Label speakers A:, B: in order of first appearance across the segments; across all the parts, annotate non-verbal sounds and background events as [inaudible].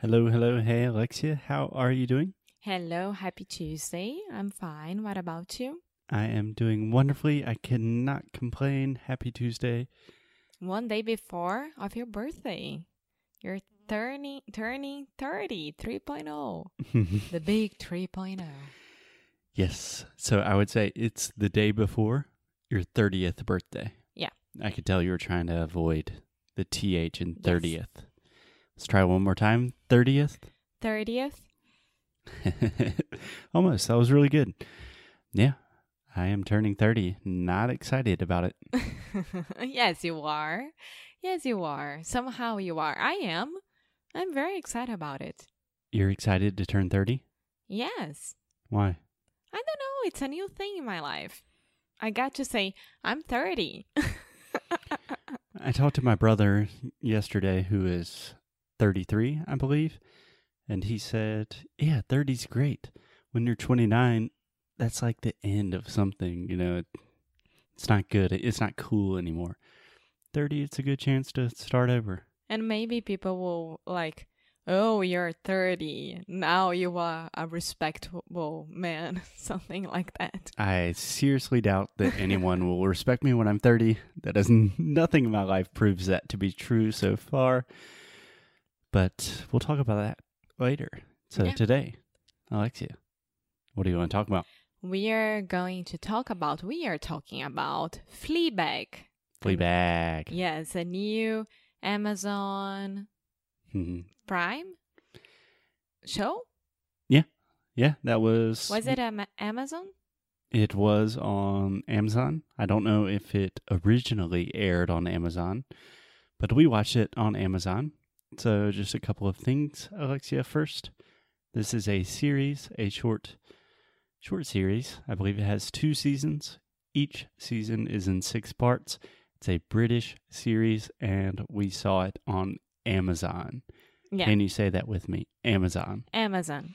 A: Hello, hello. Hey, Alexia. How are you doing?
B: Hello, happy Tuesday. I'm fine. What about you?
A: I am doing wonderfully. I cannot complain. Happy Tuesday.
B: One day before of your birthday. You're turning turning 30 3.0. oh. the big oh. 3.0.
A: yes. So I would say it's the day before your 30th birthday.
B: Yeah.
A: I could tell you were trying to avoid the TH in 30th. Let's try one more time. 30th.
B: 30th?
A: [laughs] Almost. That was really good. Yeah. I am turning 30. Not excited about it.
B: [laughs] yes, you are. Yes, you are. Somehow you are. I am. I'm very excited about it.
A: You're excited to turn 30?
B: Yes.
A: Why?
B: I don't know. It's a new thing in my life. I got to say, I'm [laughs] 30.
A: I talked to my brother yesterday, who is 33, I believe, and he said, Yeah, 30's great. When you're 29, that's like the end of something. You know, it, it's not good. It's not cool anymore. 30, it's a good chance to start over.
B: And maybe people will like, oh, you're 30. Now you are a respectable man. [laughs] Something like that.
A: I seriously doubt that anyone will respect me when I'm 30. That is nothing in my life proves that to be true so far. But we'll talk about that later. So
B: Yeah.
A: today, Alexia, what do you want to talk about?
B: We are going to talk about, we are talking about Fleabag.
A: Fleabag.
B: Yes, a new Amazon
A: Mhm.
B: Prime show.
A: yeah, that was.
B: Was it Am- Amazon?
A: It was on Amazon. I don't know if it originally aired on Amazon, but we watched it on Amazon. So, just a couple of things, Alexia. First, this is a series, a short, short series. I believe it has two seasons. Each season is in six parts. It's a British series, and we saw it on Amazon.
B: Yeah,
A: Can you say that with me? Amazon.
B: Amazon.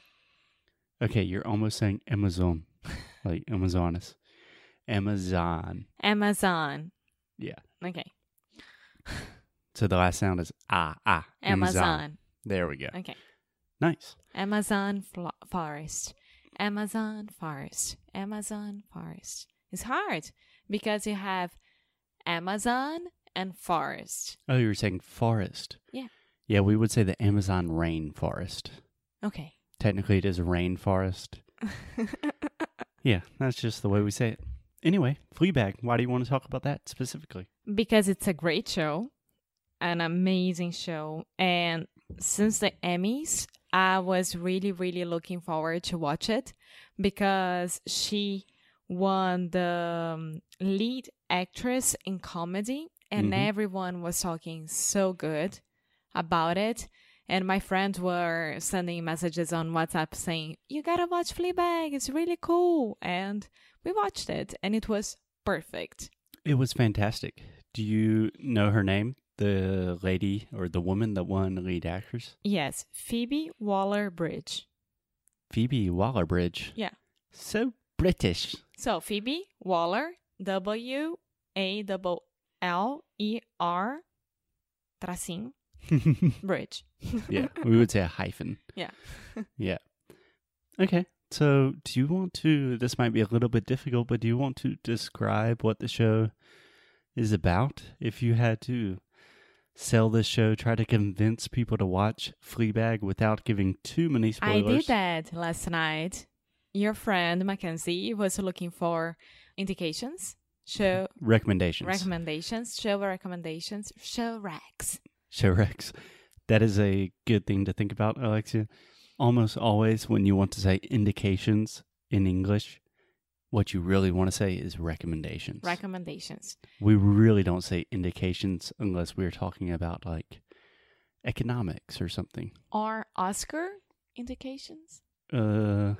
A: Okay, you're almost saying Amazon, [laughs] like Amazonas. Amazon.
B: Amazon.
A: Yeah.
B: Okay.
A: So the last sound is ah ah.
B: Amazon.
A: There we go.
B: Okay.
A: Nice.
B: Amazon flo- forest. Amazon forest. Amazon forest. It's hard because you have Amazon and forest.
A: Oh, you were saying forest.
B: Yeah.
A: Yeah, we would say the Amazon rainforest.
B: Okay.
A: Technically, it is rainforest. Yeah, that's just the way we say it. Anyway, Fleabag. Why do you want to talk about that specifically?
B: because it's a great show, an amazing show. And since the Emmys, I was really, really looking forward to watch it because she won the um, lead actress in comedy, and
A: Mhm.
B: everyone was talking so good about it. And my friends were sending messages on WhatsApp saying, You gotta watch Fleabag, it's really cool. And we watched it, and it was perfect.
A: It was fantastic. Do you know her name? The lady or the woman that won lead actress?
B: Yes, Phoebe Waller Bridge.
A: Phoebe Waller Bridge.
B: Yeah.
A: So British.
B: So Phoebe Waller, W A double L E R, tracinho, Bridge.
A: [laughs] yeah, we would say a hyphen.
B: Yeah.
A: yeah. Okay. So, do you want to? This might be a little bit difficult, but do you want to describe what the show is about? If you had to sell this show, try to convince people to watch Fleabag without giving too many
B: I
A: spoilers.
B: did that last night. Your friend Mackenzie was looking for indications, show
A: Recommendations.
B: recommendations, show recommendations, show recs.
A: Show Rex. That is a good thing to think about, Alexia. Almost always, when you want to say indications in English, what you really want to say is recommendations.
B: Recommendations.
A: we really don't say indications unless we're talking about like economics or something.
B: Or Oscar indications?
A: Uh,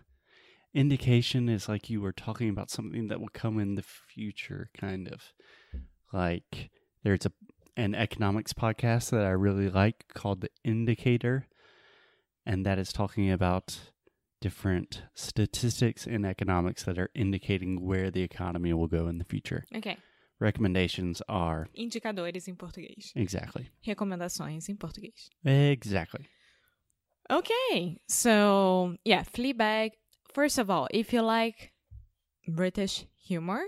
A: indication is like you were talking about something that will come in the future, kind of. Like there's a an economics podcast that I really like called The Indicator, and that is talking about different statistics in economics that are indicating where the economy will go in the future.
B: Okay.
A: Recommendations are
B: Indicadores em português.
A: exactly
B: Recomendações em português.
A: exactly
B: Okay, so yeah, Fleabag. First of all, if you like British humor,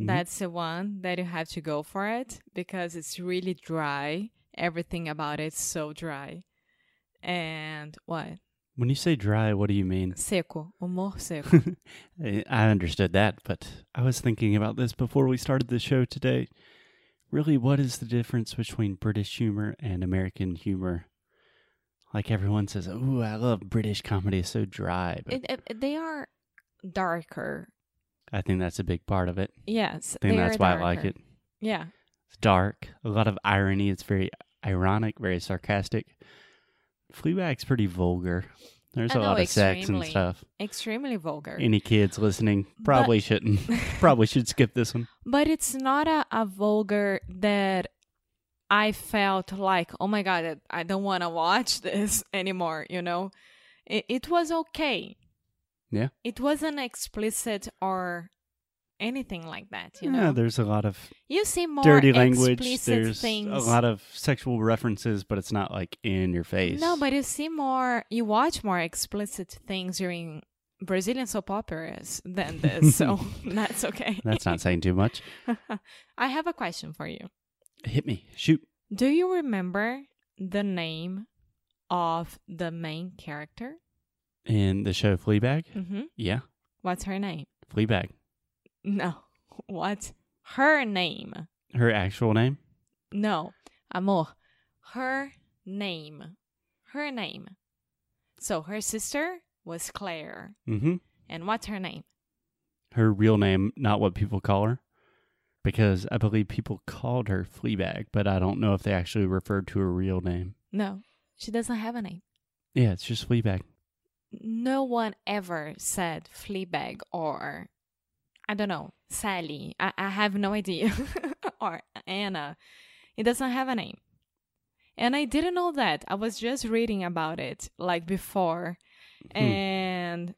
A: Mhm.
B: that's the one that you have to go for it because it's really dry. Everything about it's so dry. And what?
A: When you say dry, what do you mean?
B: Seco, humor
A: [laughs]
B: seco.
A: I I understood that, but I was thinking about this before we started the show today. Really, what is the difference between British humor and American humor? Like everyone says, "Ooh, I love British comedy; it's so dry." But
B: it, it, they are darker.
A: I think that's a big part of it.
B: Yes,
A: I think
B: they
A: that's
B: are
A: why I like
B: darker.
A: it.
B: Yeah,
A: It's dark, a lot of irony. It's very ironic, very sarcastic. Fleabag's pretty vulgar. There's
B: I
A: a lot
B: know,
A: of sex and
B: extremely.
A: stuff.
B: extremely vulgar. [laughs]
A: Any kids listening probably shouldn't. probably should skip this one.
B: but it's not a, a vulgar that I felt like, oh my god, I I don't want to watch this [laughs] anymore. You know, it, it was okay.
A: Yeah.
B: it wasn't explicit or anything like that. You
A: Yeah,
B: know,
A: there's a lot of
B: you see more
A: dirty language.
B: explicit
A: There's
B: things.
A: a lot of sexual references, but it's not like in your face.
B: No, but you see more, you watch more explicit things during Brazilian soap operas than
A: [laughs]
B: this, so [laughs] that's okay.
A: that's not saying too much.
B: [laughs] I have a question for you.
A: Hit me, shoot.
B: Do you remember the name of the main character?
A: In the show Fleabag,
B: Mm-hmm.
A: yeah,
B: What's her name? [laughs]
A: Fleabag.
B: No. What's her name?
A: Her actual name,
B: No. Amor. Her name. Her name. So her sister was Claire.
A: mm-hmm.
B: And what's her name?
A: her real name, not what people call her, because I believe people called her Fleabag, but I don't know if they actually referred to her real name.
B: No. She doesn't have a name.
A: Yeah, it's just Fleabag.
B: no one ever said Fleabag or I don't know Sally. I, I have no idea [laughs] or Anna. It doesn't have a name, and I didn't know that. I was just reading about it like before,
A: Hmm.
B: and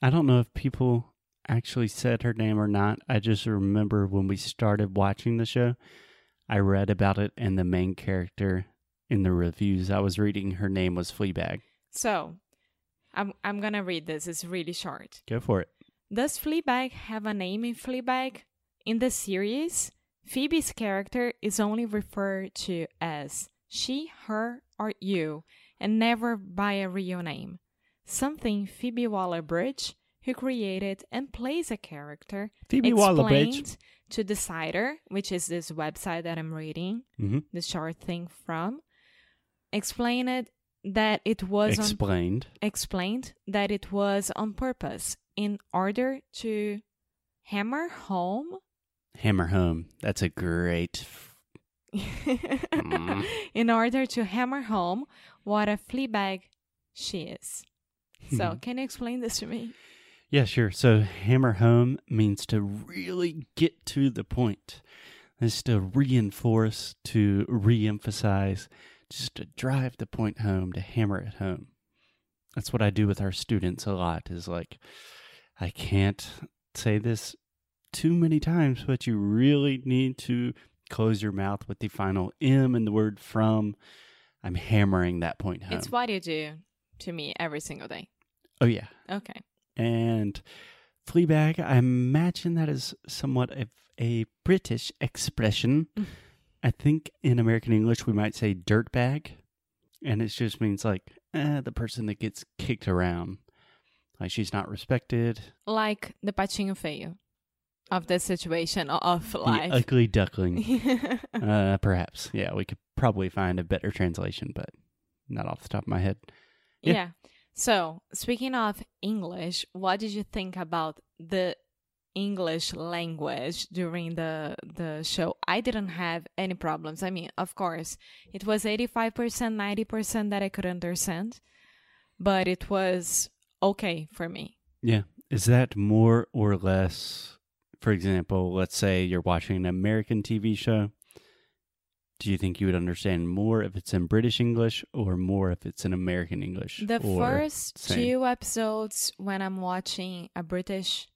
A: I don't know if people actually said her name or not. I just remember when we started watching the show, I read about it, and the main character in the reviews I was reading, her name was Fleabag.
B: so I'm I'm gonna read this. It's really short.
A: Go for it.
B: Does Fleabag have a name in Fleabag? In the series, Phoebe's character is only referred to as she, her, or you, and never by a real name. Something Phoebe Waller Bridge, who created and plays a character,
A: Phoebe
B: explained to Decider, which is this website that I'm reading
A: hmm
B: the short thing from, explained that it was um, on
A: explained.
B: explained that it was on purpose in order to hammer home
A: Hammer home. That's a great. f-
B: [laughs] in order to hammer home what a flea bag she is.
A: [laughs] Mm-hmm.
B: So can you explain this to me?
A: Yeah, sure. So hammer home means to really get to the point. It's to reinforce, to reemphasize, just to drive the point home, to hammer it home. That's what I do with our students a lot is like I can't say this too many times, but you really need to close your mouth with the final M in the word from. I'm hammering that point home.
B: It's what you do to me every single day.
A: oh yeah.
B: Okay.
A: and Fleabag. I imagine that is somewhat of a British expression.
B: Mm.
A: I think in American English we might say dirtbag, and it just means like eh, the person that gets kicked around, like she's not respected,
B: Like the pachinho feio of the situation o- of
A: the
B: life.
A: ugly
B: [laughs]
A: duckling. uh, perhaps, yeah, we could probably find a better translation, but not off the top of my head. Yeah.
B: Yeah. So, speaking of English, what did you think about the English language during the the show? I didn't have any problems. I mean, of course, it was 85%, 90% that I could understand, but it was okay for me.
A: Yeah. Is that more or less, for example, let's say you're watching an American TV show? Do you think you would understand more if it's in British English or more if it's in American English?
B: The
A: Or-
B: first
A: same.
B: two episodes, when I'm watching a British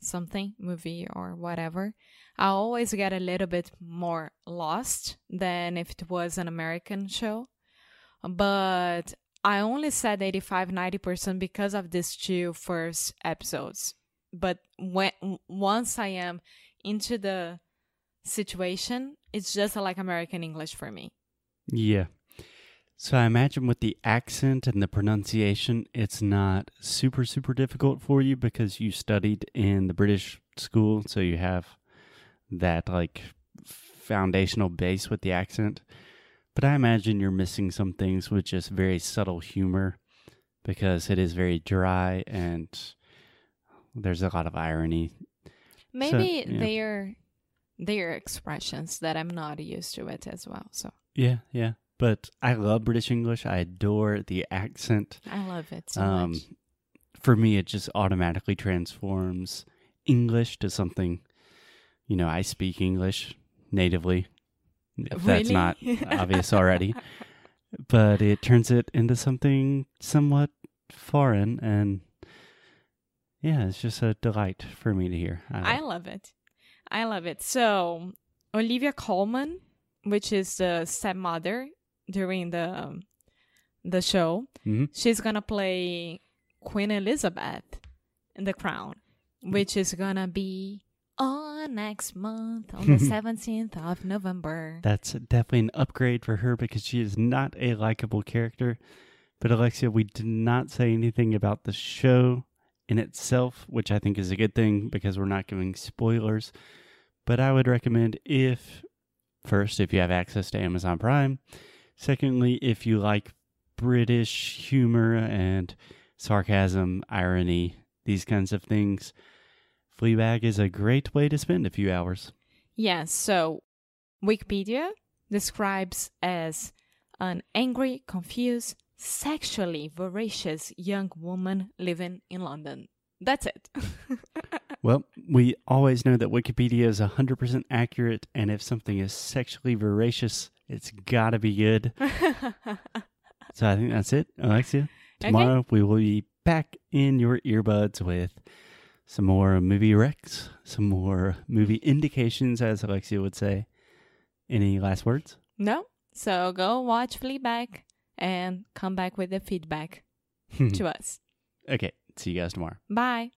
B: something movie or whatever, I always get a little bit more lost than if it was an American show. But I only said 85 90% because of these two first episodes. But when once I am into the situation, it's just like American English for me.
A: Yeah. So I imagine with the accent and the pronunciation, it's not super, super difficult for you because you studied in the British school. So you have that like foundational base with the accent. But I imagine you're missing some things with just very subtle humor because it is very dry and there's a lot of irony.
B: Maybe
A: yeah.
B: their their expressions that I'm not used to it as well. So
A: Yeah, yeah. But I love British English. I adore the accent.
B: I love it so
A: Um,
B: much.
A: for me, it just automatically transforms English to something. You know, I speak English natively. If that's
B: Really? [laughs]
A: not obvious already, but it turns it into something somewhat foreign, and yeah, it's just a delight for me to hear.
B: I love it. I love it. So Olivia Colman, which is the stepmother during the um, the show,
A: Mhm.
B: she's gonna play Queen Elizabeth in The Crown,
A: Hmm.
B: which is gonna be on next month
A: [laughs]
B: on the seventeenth of November.
A: That's definitely an upgrade for her because she is not a likable character. But Alexia, we did not say anything about the show in itself, which I think is a good thing because we're not giving spoilers. But I would recommend if, first, if you have access to Amazon Prime, secondly, if you like British humor and sarcasm, irony, these kinds of things, Fleabag is a great way to spend a few hours.
B: Yes, so Wikipedia describes as an angry, confused, sexually voracious young woman living in London. That's it.
A: Well, we always know that Wikipedia is 100% accurate, and if something is sexually voracious, it's gotta be good. So I think that's it, Alexia.
B: [laughs] Okay.
A: Tomorrow we will be back in your earbuds with some more movie recs, some more movie indications, as Alexia would say. Any last words? [laughs]
B: no? So go watch Fleabag and come back with the feedback [laughs] to us.
A: okay, see you guys tomorrow.
B: Bye.